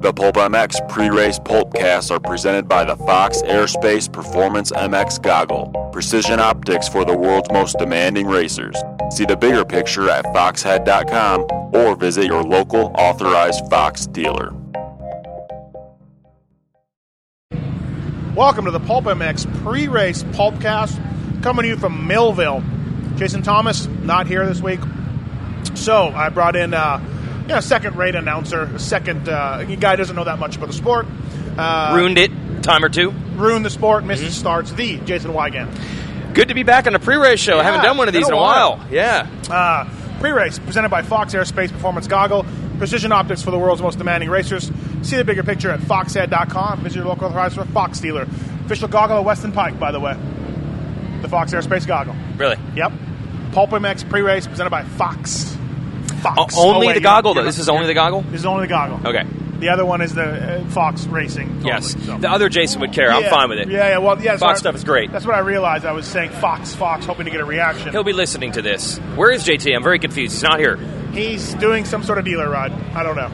The Pulp MX pre race Pulpcasts are presented by the Fox Airspace Performance MX Goggle, precision optics for the world's most demanding racers. See the bigger picture at foxhead.com or visit your local authorized Fox dealer. Welcome to the Pulp MX pre-race Pulpcast, coming to you from Millville. Jason Thomas not here this week, so I brought in uh, you know, a second-rate announcer, a second uh, guy who doesn't know that much about the sport. Uh, ruined it time or two. ruined the sport, missed the starts. The Jason Wygant. Good to be back on the pre-race show. I haven't Yeah, done one of been these a in a while. while. Yeah, Uh, pre-race presented by Fox Airspace Performance Goggle, precision optics for the world's most demanding racers. See the bigger picture at foxhead.com. Visit your local authorized for Fox dealer. Official goggle at Weston Pike, by the way. The Fox Airspace Goggle. really. Yep. Pulp MX pre-race presented by Fox. Fox. O- Uh, only wait, the you're not- goggle, though. you're This not- is only the goggle? This is only the goggle. Okay. The other one is the uh, Fox Racing. only, Yes. so. The other Jason would care. I'm Yeah. fine with it. Yeah, yeah. Well, yeah. that's Fox what I- stuff is great. That's what I realized. I was saying Fox, Fox, hoping to get a reaction. He'll be listening to this. Where is JT? I'm very confused. He's not here. He's doing some sort of dealer rod. I don't know.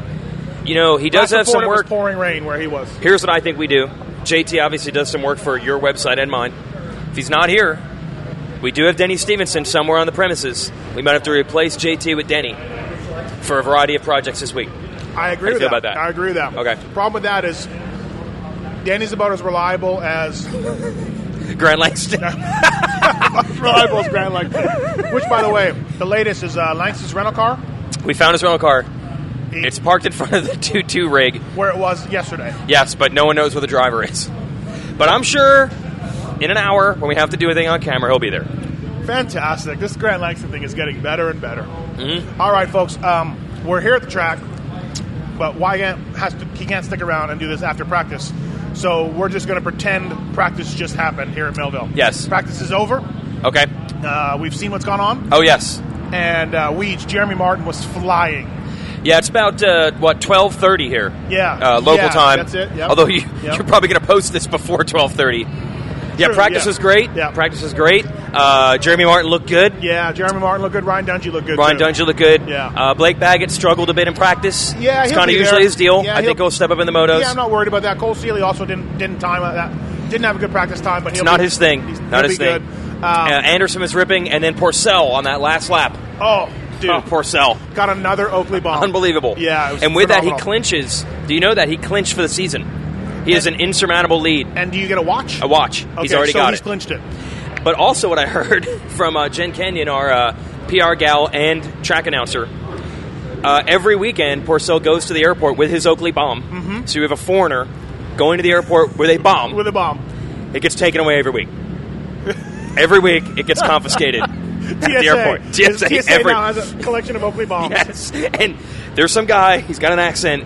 You know, he does Last have some report, work. It was pouring rain where he was. Here's what I think we do. JT obviously does some work for your website and mine. If he's not here, we do have Denny Stevenson somewhere on the premises. We might have to replace JT with Denny for a variety of projects this week. I agree How do you with feel that. about that? I agree with that. Okay. Problem with that is Danny's about as reliable as Grand Langston. reliable as Grand Lake. Which, by the way, the latest is uh, Langston's rental car. We found his rental car. He- It's parked in front of the 2 2 rig. where it was yesterday. Yes, but no one knows where the driver is. But I'm sure in an hour, when we have to do anything on camera, he'll be there. Fantastic. This Grant Langston thing is getting better and better. Mm-hmm. All right, folks. Um, we're here at the track, but Wygant has to. He can't stick around and do this after practice. So we're just going to pretend practice just happened here at Millville. Yes. Practice is over. Okay. Uh, we've seen what's gone on, Oh, yes. and uh, Weege, Jeremy Martin was flying. Yeah, it's about, uh, what, 12.30 here. Yeah. Uh, local Yeah, time. that's it, yep. Although you, Yep. you're probably going to post this before 12.30. Yeah, True, practice yeah. is great. Yeah. Practice is great. Uh, Jeremy Martin looked good. Yeah, Jeremy Martin looked good. Ryan Dungey looked good. Ryan too. Dungey looked good. Yeah. Uh, Blake Baggett struggled a bit in practice. Yeah, It's he'll kind of be usually there. his deal. Yeah, I think he'll- he'll step up in the motos. Yeah, I'm not worried about that. Cole Seeley also didn't didn't time out that. Didn't have a good practice time, but It's he'll not be- his thing. he's- not he'll his be thing. Good. Um, Uh, Anderson was ripping, and then Porcel on that last lap. Oh, dude, Oh, Porcel. got another Oakley bomb. Unbelievable. Yeah, it was and with that, he phenomenal. clinches. Do you know that? He clinched for the season. He has an insurmountable lead. And do you get a watch? A watch. Okay, he's already so got he's it. clinched it. But also, what I heard from uh, Jen Kenyon, our uh, PR gal and track announcer, uh, every weekend Porcel goes to the airport with his Oakley bomb. Mm-hmm. So you have a foreigner going to the airport with a bomb. with a bomb. It gets taken away every week. Every week, it gets confiscated at TSA. the airport. Is- TSA, TSA every now has a collection of Oakley bombs. yes. And there's some guy. He's got an accent.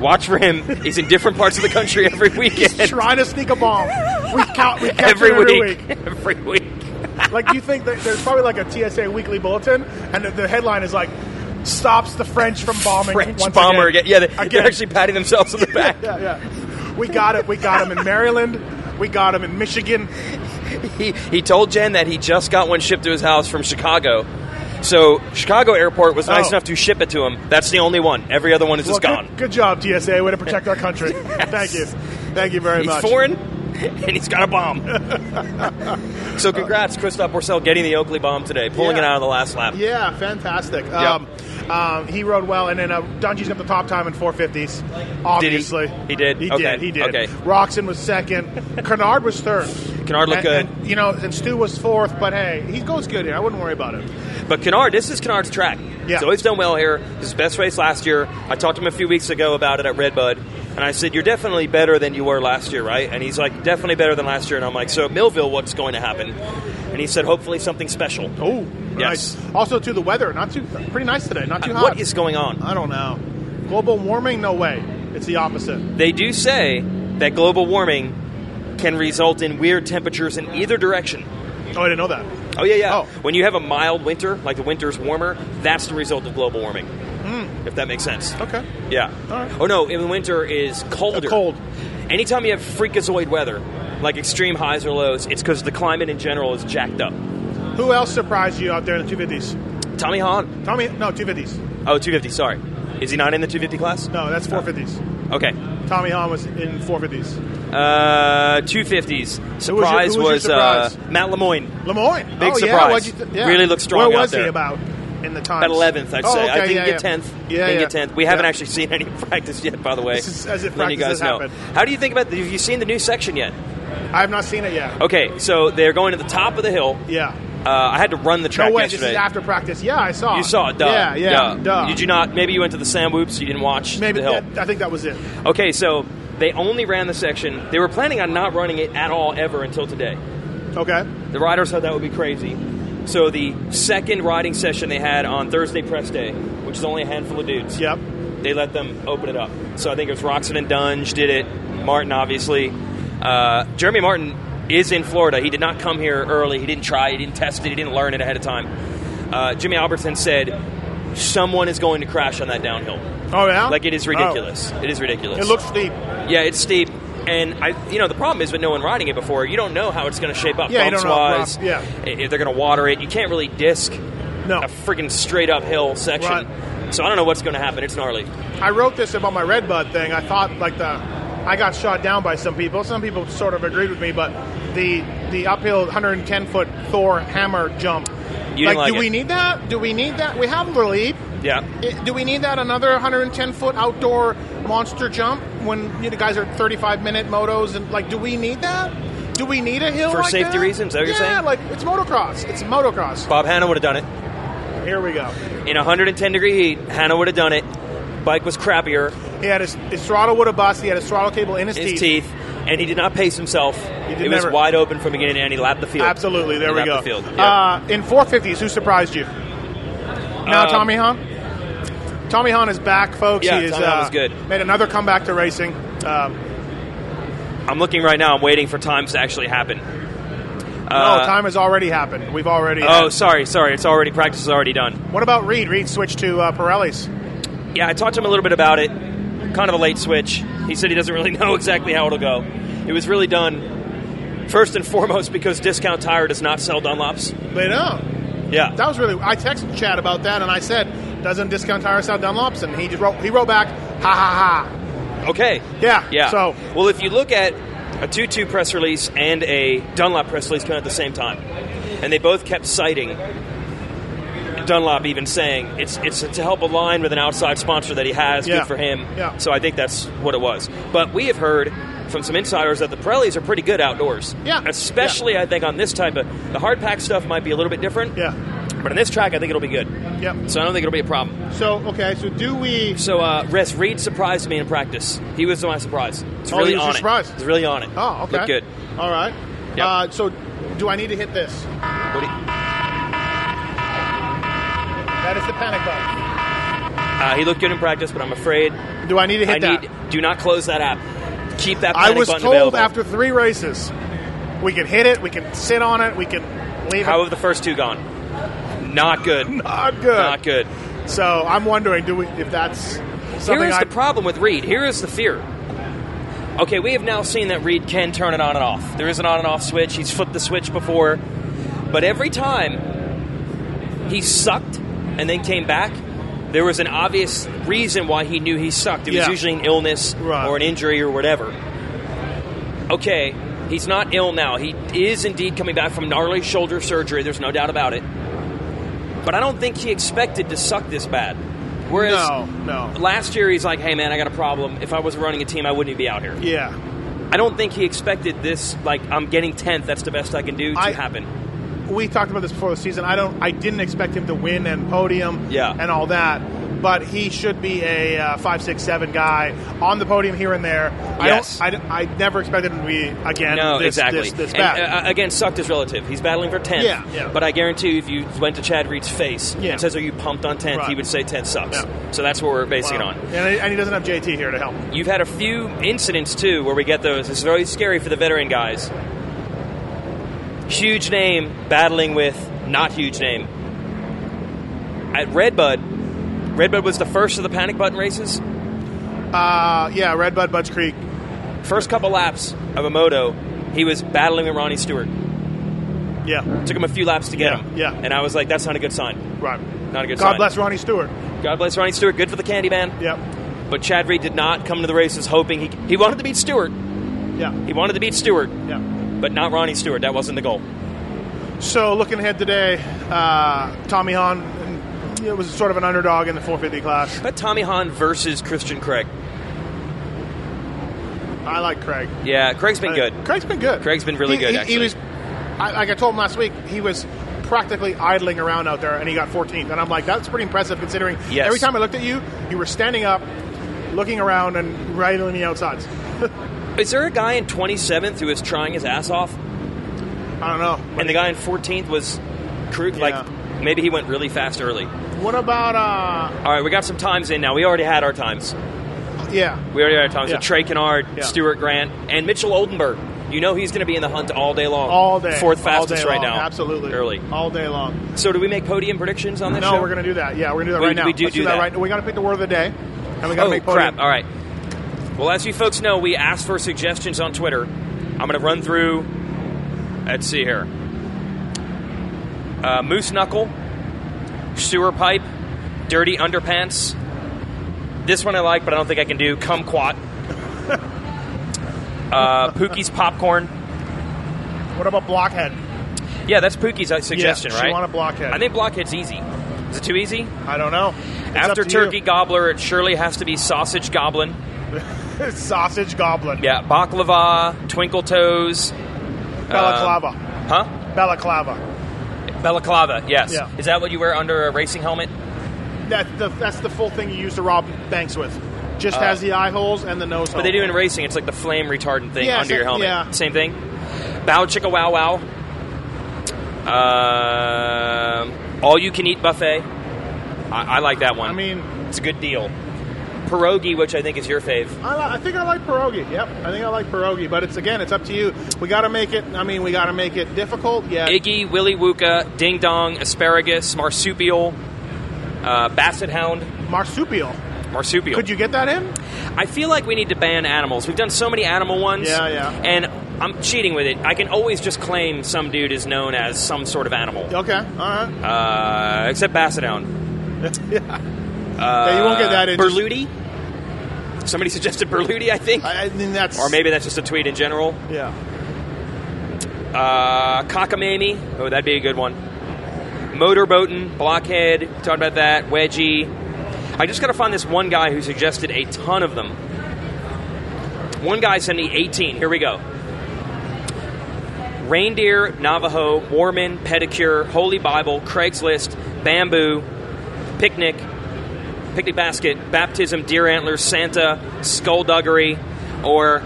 Watch for him. He's in different parts of the country every weekend. Trying to sneak a bomb. We count. We catch every, it every week. Every week. week. Like you think that there's probably like a TSA weekly bulletin, and the, the headline is like, "Stops the French from bombing." French once bomber. Again. Again. Yeah, they, Again. they're actually patting themselves on the back. Yeah, yeah. We got it. We got him in Maryland. We got him in Michigan. He, he told Jen that he just got one shipped to his house from Chicago. So Chicago Airport was nice Oh. enough to ship it to him. That's the only one. Every other one is Well, just gone. Good, good job, TSA. Way to protect our country. Thank you. Thank you very He's much. foreign, and he's got a bomb. so congrats, Christoph Porcel, getting the Oakley bomb today, pulling it Yeah. out on the last lap. Yeah, fantastic. Um, um, he rode well, and then uh, Dungy's got the top time in 450s. Obviously, He did? He Okay. did. He did. Okay. Roxon was second. Kennard was third. Kennard looked And- good. and, you know, and Stu was fourth. But hey, he goes good here. I wouldn't worry about it. But Kennard, this is Kennard's track. Yeah. He's always done well here. His best race last year. I talked to him a few weeks ago about it at Redbud, and I said, You're definitely better than you were last year, right? And he's like, Definitely better than last year. And I'm like, So at Millville, what's going to happen? And he said, Hopefully something special. Oh, Yes. Uh, nice. Also, to the weather, not too pretty nice today. Not too hot. What is going on? I don't know. Global warming? No way. It's the opposite. They do say that global warming can result in weird temperatures in either direction. Oh, I didn't know that. Oh yeah, yeah. Oh. When you have a mild winter, like the winter's warmer, that's the result of global warming. If that makes sense. Hmm. Okay. Yeah. All right. Oh no, in the winter is colder. Uh, cold. Anytime you have freakazoid weather, like extreme highs or lows, it's because the climate in general is jacked up. Who else surprised you out there in the 250s? Tommy Hahn. Tommy? No, 250s. Oh, 250, sorry. Is he not in the 250 class? No, that's 450s. Okay. Tommy Hahn was in 450s. Uh, 250s. Who was your- Surprise who was your surprise? uh, Matt Lemoyne. Lemoyne. Big oh, Yeah, surprise. what'd you th- yeah. Really looked strong Where out was he there. about in the time? About 11th, I'd oh, say. I okay, didn't yeah, get yeah. 10th. Yeah, yeah. didn't get 10th. We Yeah. haven't actually seen any practice yet, by the way. This is as if Then you guys practice has know. happened. How do you think about the, have you seen the new section yet? I have not seen it yet. Okay, so they're going to the top of the hill. Yeah. Uh, I had to run the No track way. yesterday. This is after practice. Yeah, I saw. you saw it, duh. Yeah, yeah, duh. duh. Did you not? Maybe you went to the sand whoops, you didn't watch Maybe the hill. that, I think that was it. Okay, so they only ran the section. They were planning on not running it at all ever until today. Okay. The riders thought that would be crazy. So the second riding session they had on Thursday press day, which is only a handful of dudes. Yep. They let them open it up. So I think it was Roxon and Dunge did it. Martin obviously. Uh, Jeremy Martin is in Florida. He did not come here early. He didn't try. He didn't test it. He didn't learn it ahead of time. Uh, Jimmy Albertson said, "Someone is going to crash on that downhill. Oh yeah. Like it is Oh. ridiculous. It is ridiculous. It looks steep. Yeah, it's steep, and I, you know, the problem is with no one riding it before, you don't know how it's going to shape up. Yeah, you bumps don't know how wise, rough- yeah. i- if they're going to water it, you can't really disc No. a freaking straight up hill section. Right. So I don't know what's going to happen. It's gnarly. I wrote this about my Red Bud thing. I thought like the I got shot down by some people. Some people sort of agreed with me, but the the uphill 110 foot Thor hammer jump. You didn't like do it. we need that? Do we need that? We have Little Leap. Yeah, Do we need that another 110 foot outdoor monster jump when you know, guys are 35 minute motos and like? Do we need that? Do we need a hill For like safety that? reasons, is that what you're yeah, saying? like it's motocross. It's motocross. Bob Hanna would have done it Here we go. in 110 degree heat. Hanna would have done it. Bike was crappier. He had his, his throttle would have bust. He had his throttle cable in his, His teeth. and he did not pace himself. It did was never- wide open from beginning to end. He lapped the field. Absolutely. There He we lapped go. The field. Yeah. Uh, in 450s, who surprised you? Now Um, Tommy Hahn. Tommy Hahn is back, folks. Yeah, he is, Tommy Hahn uh, was good. Made another comeback to racing. Um, I'm looking right now. I'm waiting for times to actually happen. no, Uh, time has already happened. We've already. Oh, sorry, sorry. It's already practice is already done. what about Reed? Reed switched to uh, Pirelli's. Yeah, I talked to him a little bit about it. Kind of a late switch. He said he doesn't really know exactly how it'll go. It was really done first and foremost because Discount Tire does not sell Dunlops. They don't. Yeah. uh, That was really. I texted Chad about that, and I said, "Doesn't discount tire sell Dunlops?" And he just wrote. He wrote back, "Ha ha Okay. Yeah, Yeah. so- well, if you look at a 2-2 press release and a Dunlop press release coming at the same time, and they both kept citing Dunlop even saying it's it's to help align with an outside sponsor that he has. Yeah. Good for him. Yeah. So I think that's what it was. But we have heard from some insiders that the Pirellis are pretty good outdoors. Yeah. Especially I think on this type of the hard pack stuff might be a little bit different. ha." Yeah. But on this track I think it'll be good. Yep. So I don't think it'll be a problem. So okay. So do we? So uh Rest Reed surprised me in practice. He was my surprise. It's Oh, really he was on your surprise. it. It's really on it. Oh, okay. Looked good. All right. Yep. Uh, so do I need to hit this? What do you- That is the panic button. uh, he looked good in practice, but I'm afraid Do I need to hit I that? need do not close that app. Keep that I panic was button told available. after three races, we can hit it, we can sit on it, we can leave How it. have the first two gone? Not good. Not good. Not good. So I'm wondering, do we if that's something Here is I the problem with Reed. Here is the fear. Okay, we have now seen that Reed can turn it on and off. There is an on and off switch. He's flipped the switch before. But every time he sucked and then came back, there was an obvious reason why he knew he sucked. It was Yeah. usually an illness Right. or an injury or whatever. Okay, he's not ill now. He is indeed coming back from gnarly shoulder surgery. There's no doubt about it. But I don't think he expected to suck this bad. Whereas No, no. last year he's like, "Hey man, I got a problem. If I was running a team, I wouldn't even be out here." yeah. I don't think he expected this. Like, I'm getting tenth. That's the best I can do to I- happen. We talked about this before the season. I don't. I didn't expect him to win and podium. Yeah. And all that, but he should be a uh, five, six, seven guy on the podium here and there. Yes. I don't. I, I never expected him to be again. No, this, exactly. This, this And, bad. uh, again, sucked is relative. He's battling for tenth. Yeah, yeah. But I guarantee you, if you went to Chad Reed's face Yeah. and says, "Are you pumped on tenth? He Right. would say tenth sucks. Yeah. So that's what we're basing Wow. it on. And, and he doesn't have JT here to help. You've had a few incidents too where we get those. It's very scary for the veteran guys. Huge name battling with not huge name. At Redbud, Redbud was the first of the panic button races. Uh, yeah, Red Bud, Budge Creek. First couple laps of a moto, he was battling with Ronnie Stewart. Yeah, Took him a few laps to get Yeah, him. yeah. And I was like, that's not a good sign. right. not a good God sign. bless Ronnie Stewart. God bless Ronnie Stewart. Good for the candy man. Yep. But Chad Reed did not come to the races hoping he he wanted to beat Stewart. Yeah. He wanted to beat Stewart, Yeah. but not Ronnie Stewart. That wasn't the goal. So looking ahead today, uh, Tommy Hahn mm, it was sort of an underdog in the 450 class. But Tommy Hahn versus Christian Craig. I like Craig. Uh, Yeah, Craig's been good. Craig's been good. Craig's been really He- good, He, actually. he was, I, like I told him last week, he was practically idling around out there, and he got 14th. And I'm like, that's pretty impressive considering Yes. every time I looked at you, you were standing up, looking around, and riding the outsides. Is there a guy in 27th who is trying his ass off, I don't know. and the guy in 14th was crew? Yeah. Like maybe he went really fast early. What about uh? All right, we got some times in now. We already had our times. Yeah, We already had our times. Yeah. with Trey Kennard, Yeah. Stuart Grant, and Mitchell Oldenburg. You know he's going to be in the hunt all day long. all day. Fourth all fastest day right long, now. Absolutely. Early. All day long. So do we make podium predictions on this No, show? we're gonna do that. Yeah, we're gonna do that We- right now. we do Let's do that. right. now. We gotta pick the word of the day, and we gotta Oh, make podium. crap. All right. Well, as you folks know, we asked for suggestions on Twitter. I'm going to run through. Let's see here. Uh, moose knuckle, sewer pipe, dirty underpants. This one I like, but I don't think I can do. Kumquat. uh, Pookie's popcorn. What about blockhead? Yeah, that's Pookie's uh, suggestion, she right? wanted blockhead. I think blockhead's easy. Is it too easy? I don't know. It's up After to turkey gobbler, it surely has to be sausage goblin. you. sausage goblin, Yeah, uh, baklava, twinkle toes, balaclava, huh? balaclava. Balaclava. Yes. Yeah. Is that what you wear under a racing helmet? That's the that's the full thing you use to rob banks with. Just has the eye holes and the nose. Uh, But they do in racing. It's like the flame retardant thing Oh. Yeah, under sa- your helmet. yeah. Same thing. Bow chicka wow wow. Um, all you can eat buffet. I, I like that one. I mean, it's a good deal. Pierogi, which I think is your fave. I, li- I think I like pierogi. Yep, I think I like pierogi. But it's again, it's up to you. We got to make it. I mean, we got to make it difficult. Yeah, Iggy, Willy Wooka, Ding Dong, Asparagus, Marsupial, uh, Basset Hound, marsupial. Marsupial. Could you get that in? I feel like we need to ban animals. We've done so many animal ones. Yeah, yeah. And I'm cheating with it. I can always just claim some dude is known as some sort of animal. Okay, all right. Uh, except Basset Hound. yeah, you won't get that Uh, in. Just- Berluti? Somebody suggested Berluti, I think. I, I mean, that's or maybe that's just a tweet in general. yeah. Uh, cockamamie. Oh, that'd be a good one. Motorboatin, blockhead. we Talked about that. Wedgie. I just got to find this one guy who suggested a ton of them. One guy sent me 18. Here we go. Reindeer, Navajo, Mormon, Pedicure, Holy Bible, Craigslist, Bamboo, Picnic, Picnic Basket, Baptism, Deer Antlers, Santa, Skullduggery, or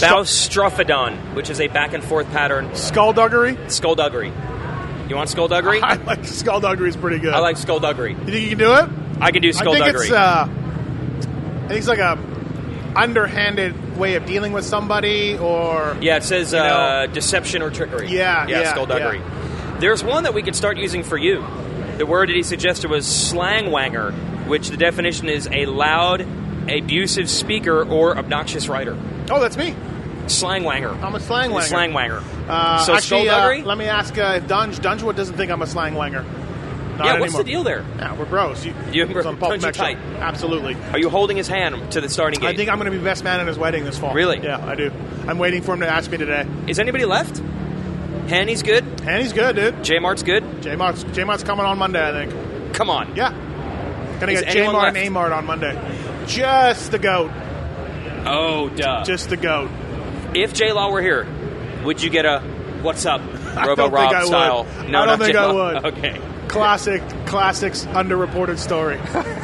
Baustrophodon, which is a back and forth pattern. Skullduggery? Skullduggery. You want skullduggery? I like skullduggery is pretty good. I like skullduggery. You think you can do it? I can do I think skullduggery. it's uh, I think it's like a underhanded way of dealing with somebody, or yeah, it says know- uh, deception or trickery. Yeah, yeah, yeah, skullduggery. There's one that we could start using for you. The word that he suggested was slangwanger, which the definition is a loud, abusive speaker or obnoxious writer. oh, that's me. Slangwanger. I'm a slang wanger. Slangwanger. Uh, so actually, uh, skullduggery. let me ask uh, if Dunge Dungewood doesn't think I'm a slang wanger. Not yeah, anymore. what's the deal there? Yeah, we're bros. You, You- it's on Pulp Dunge you Fiction. tight. Absolutely. Are you holding his hand to the starting gate? I think I'm going to be best man at his wedding this fall. Really? Yeah, I do. I'm waiting for him to ask me today. Is anybody left? Hanny's good. And he's good, dude. J Mart's good. J Mart's coming on Monday, I think. Come on. Yeah. Gonna Is get J anyone Mart and left? A Mart on Monday. Just the goat. Oh, duh. Just the goat. if J Law were here, would you get a "What's up, Robo don't think I Rob" would. style? I don't not think J-Law. I would. Okay. Classic, classics, underreported story.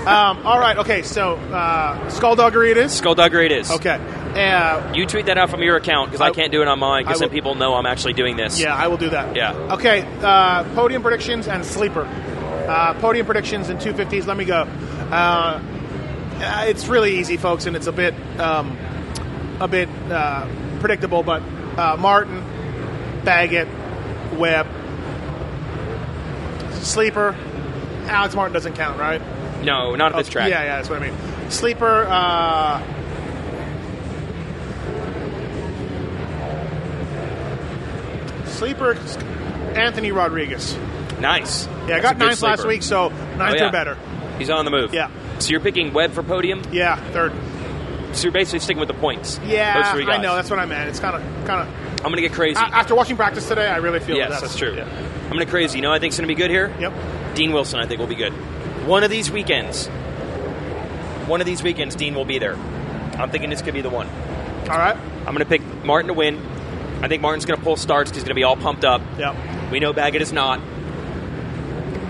um, all right, okay, so uh, skullduggery it is? Skullduggery it is. Okay. Uh, You tweet that out from your account because I, I- can't do it on mine I because then will- people know I'm actually doing this. yeah, I will do that. Yeah. Okay, uh, podium predictions and sleeper. Uh, podium predictions in 250s, let me go. Uh, uh, it's really easy, folks, and it's a bit, um, a bit uh, predictable, but uh, Martin, Baggett, Webb, sleeper. Alex Martin doesn't count, right? No, not at this track. Yeah, yeah, that's what I mean. Sleeper. Uh, sleeper. Anthony Rodriguez. Nice. Yeah, I That's a got good ninth last sleeper. Oh, week, so ninth yeah. or better. He's on the move. Yeah. So you're picking Webb for podium. Yeah, third. So you're basically sticking with the points. Yeah, Those three guys. I know. That's what I meant. It's kind of, kind of. I'm gonna get crazy. After watching practice today, I really feel yes, that's, that's, true. yeah. I'm gonna crazy. You know, who I think's gonna be good here. Yep. Dean Wilson, I think, will be good. One of these weekends, one of these weekends, Dean will be there. I'm thinking this could be the one. All right. I'm going to pick Martin to win. I think Martin's going to pull starts 'cause he's going to be all pumped up. Yep. We know Baggett is not.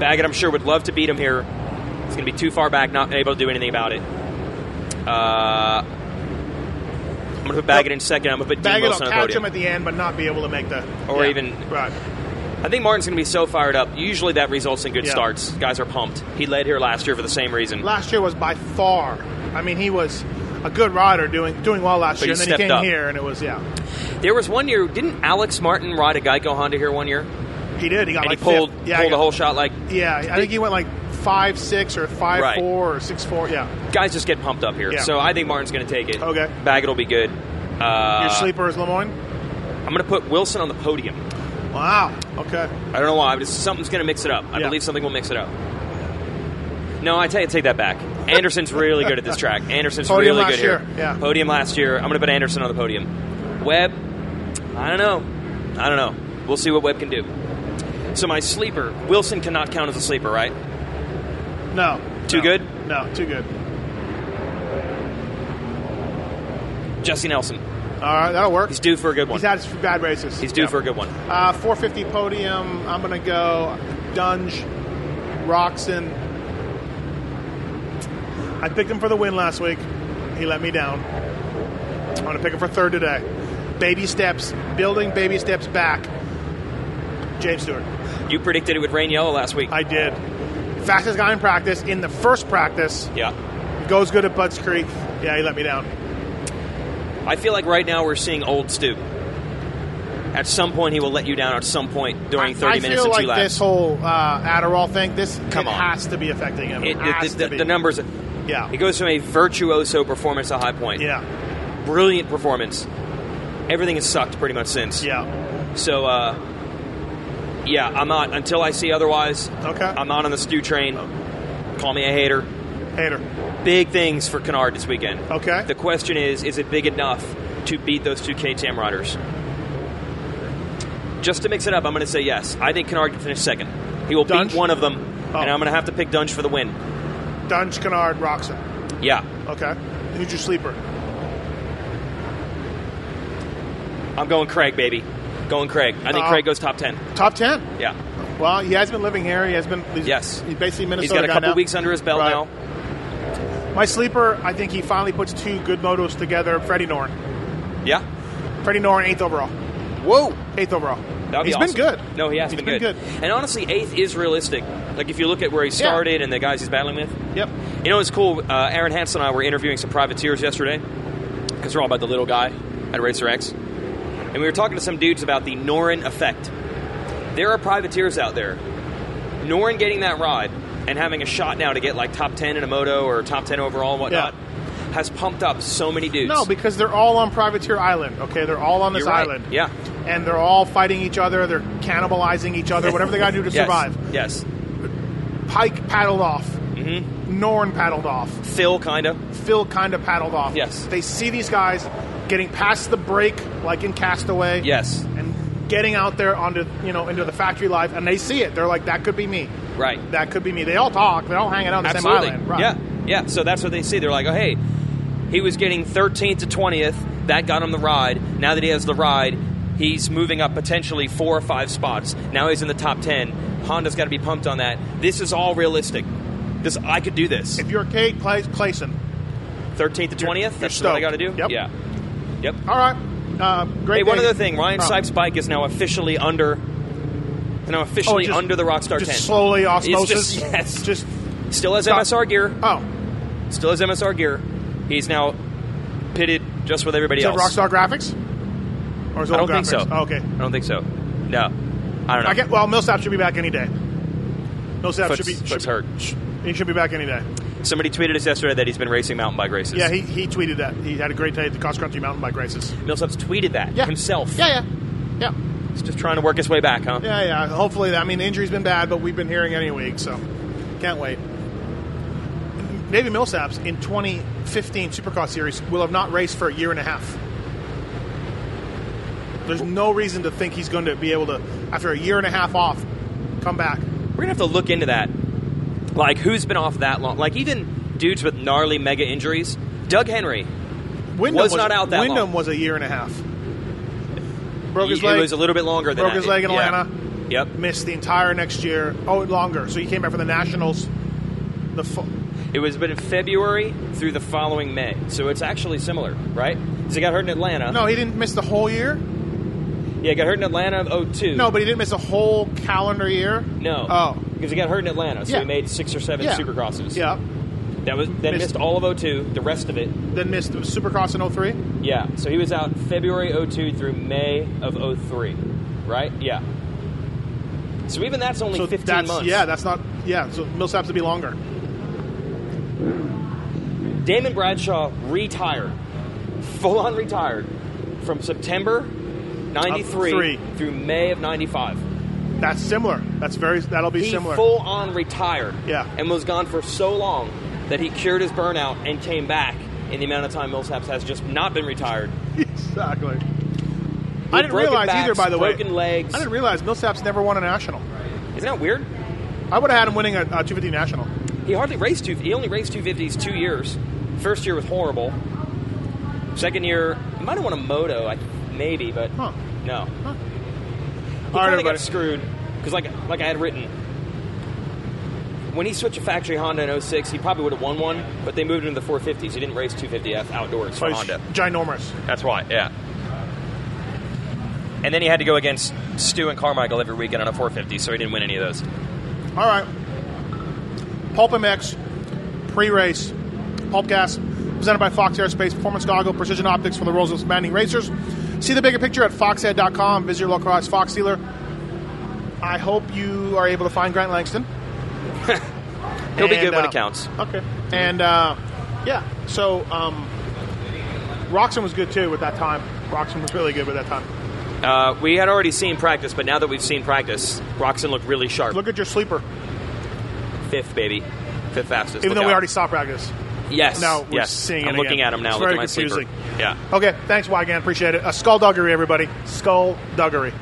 Baggett, I'm sure, would love to beat him here. He's going to be too far back, not able to do anything about it. Uh, I'm going to put Baggett in second. I'm going to put Dean Baggett will Wilson on the catch him podium. at the end, but not be able to make the. Or yeah. even- Right. I think Martin's going to be so fired up. Usually that results in good Yeah. starts. Guys are pumped. He led here last year for the same reason. Last year was by far. I mean, he was a good rider doing doing well last But year, he and then he stepped came up. here, and it was yeah. There was one year, didn't Alex Martin ride a Geico Honda here one year? And He did. He got like he pulled, fifth. Yeah, I pulled got- a whole shot like Yeah, I think he went like five six or five Right. four or six four. Yeah, guys just get pumped up here. Yeah. So I think Martin's going to take it. Okay. Baggett will be good. your Uh, sleeper is Lemoyne. I'm going to put Wilson on the podium. Wow. Okay. I don't know why, but it's- something's going to mix it up. I Yeah. believe something will mix it up. No, I take, take that back. Anderson's really good at this track. Anderson's Podium really last good year, here. yeah. Podium last year. I'm going to put Anderson on the podium. Webb, I don't know. I don't know. We'll see what Webb can do. So my sleeper, Wilson cannot count as a sleeper, right? No. Too No. good? No, too good. Jesse Nelson. All right, that'll work. He's due for a good one. He's had his bad races. He's due Yeah. for a good one. Uh, 450 podium. I'm gonna go Dunge, Roxon. I picked him for the win last week. He let me down. I'm gonna pick him for third today. Baby steps, building baby steps back. James Stewart. You predicted it would rain yellow last week. I did. Fastest guy in practice in the first practice. yeah. Goes good at Butts Creek. Yeah, he let me down. I feel like right now we're seeing old Stu. At some point, he will let you down. At some point during I- thirty I minutes feel and like two laps, this whole uh, Adderall thing. This Come it on. has to be affecting him. It- it- has the, to be. the numbers. Yeah. It goes from a virtuoso performance to high point. Yeah, Brilliant performance. Everything has sucked pretty much since. yeah. So, uh, yeah, I'm not until I see otherwise. Okay. I'm not on the Stu train. Call me a hater. Hater. Big things for Kennard this weekend. Okay. The question is, is it big enough to beat those two KTM riders? Just to mix it up, I'm going to say yes. I think Kennard can finish second. He will Dunge? beat one of them, Oh. and I'm going to have to pick Dunge for the win. Dunge, Kennard, Roxon. Yeah, Okay. Who's your sleeper? I'm going Craig, baby. Going Craig. I think Oh. Craig goes top ten. Top ten. Yeah, Well, he has been living here. He has been. He's, Yes. He's basically he's Minnesota. got a guy couple now. weeks under his belt Right. now. My sleeper. I think he finally puts two good motos together. Freddie Norn. Yeah. Freddie Norn, eighth overall. Whoa. Eighth overall. That'd He's be been awesome. good. No, he has He's been, good. And honestly, eighth is realistic. Like if you look at where he started and the guys he's battling with. Yep. You know, it's cool. Uh, Aaron Hansen and I were interviewing some privateers yesterday because we're all about the little guy at Racer X. And we were talking to some dudes about the Norin effect. There are privateers out there. Norin getting that ride and having a shot now to get like top 10 in a moto or top 10 overall and whatnot has pumped up so many dudes. No, because they're all on Privateer Island. Okay, they're all on this You're right. island. Yeah. And they're all fighting each other. They're cannibalizing each other. Whatever they got to do to Yes. survive. Yes. Pike paddled off. Mm-hmm. Norn paddled off. Phil, kind of. Phil kind of paddled off. Yes. They see these guys getting past the break, like in Castaway. Yes. And getting out there onto you know into the factory life, and they see it. They're like, that could be me. Right. That could be me. They all talk. They're all hanging out on the Absolutely. same island. Right. Yeah, yeah. So that's what they see. They're like, oh, hey, he was getting 13th to 20th. That got him the ride. Now that he has the ride, he's moving up potentially four or five spots. Now he's in the top 10. Honda's got to be pumped on that. This is all realistic. This I could do this. If you're Kate Clay- Clayson, 13th to 20th. that's stoked. what I got to do. Yep. Yeah. Yep. all right. Uh, great. Hey, one day. other thing. Ryan Oh. Sipes' bike is now officially under. Now officially oh, just- under the Rockstar just 10. slowly osmosis. It's just, yes. Just Still has MSR gear. oh, still has MSR gear. He's now pitted just with everybody is it else. Rockstar Graphics? Or is it I old don't think so. graphics? Oh, okay. I don't think so. No, I don't know. I get, well, Millsap should be back any day. Millsap Foot's- should be. foot's Should, hurt. He should be back any day. Somebody tweeted us yesterday that he's been racing mountain bike races. Yeah, he, he tweeted that. He had a great day at the cross country mountain bike races. Millsaps tweeted that Yeah. himself. Yeah, yeah. Yeah. He's just trying to work his way back, huh? Yeah, yeah. Hopefully, I mean, the injury's been bad, but we've been hearing any week, so can't wait. Maybe Millsaps in 2015 Supercross Series will have not raced for a year and a half. There's no reason to think he's going to be able to, after a year and a half off, come back. We're gonna have to look into that. Like who's been off that long? Like even dudes with gnarly mega injuries. Doug Henry. Wyndham Was not out that Wyndham long. was a year and a half. Broke his he- leg. It was a little bit longer than broke that. his leg in Yeah. Atlanta. Yep. Missed the entire next year. Oh, longer. So he came back for the Nationals. The fu- It was but in February through the following May. So it's actually similar, right? Because he got hurt in Atlanta. no, he didn't miss the whole year. Yeah, he got hurt in Atlanta of 02. No, but he didn't miss a whole calendar year. No. Oh. Because he got hurt in Atlanta, so Yeah. he made six or seven Yeah. supercrosses. Yeah. That was then Missed- missed all of 02, the rest of it. Then missed the Supercross in 03. Yeah. So he was out February 02 through May of 03. Right? Yeah. So even that's only so 15 that's months. yeah, that's not yeah. So Millsaps to be longer. Damon Bradshaw retired, full on retired, from September 93 three. through May of 95. That's similar. That's very. That'll be He similar. full on retired Yeah. and was gone for so long that he cured his burnout and came back in the amount of time Millsaps has just not been retired. exactly. I didn't broken realize either. backs, By the way, broken legs. I didn't realize Millsaps never won a national. Isn't that weird? I would have had him winning a, a 250 national. He hardly raced two. He only raced two fifties two years. First year was horrible. Second year, he might have won a moto, I, maybe, but Huh. no. He All right, kind of everybody. got screwed because, like, like I had written, when he switched to factory Honda in 06, he probably would have won one, but they moved him to the 450s. He didn't race 250F outdoors But for he's Honda. ginormous. That's why, yeah. And then he had to go against Stu and Carmichael every weekend on a 450, so he didn't win any of those. All right. Pulp MX pre-race pulpcast presented by Fox Aerospace Performance Goggle Precision Optics for the Rolls of Manning Racers. See the bigger picture at foxhead.com. Visit your localized Fox dealer. I hope you are able to find Grant Langston. He'll be And, good when uh, it counts. Okay. And uh, yeah, so um, Roxon was good too with that time. Roxon was really good with that time. Uh, we had already seen practice, but now that we've seen practice, Roxon looked really sharp. Look at your sleeper, fifth, baby, fifth fastest. even Look though we out. already saw practice. yes, now we're yes. seeing I'm it looking again. at him now. It's look very at my confusing. sleeper. Yeah. Okay, thanks, Wygan. Appreciate it. A skullduggery, everybody. Skullduggery.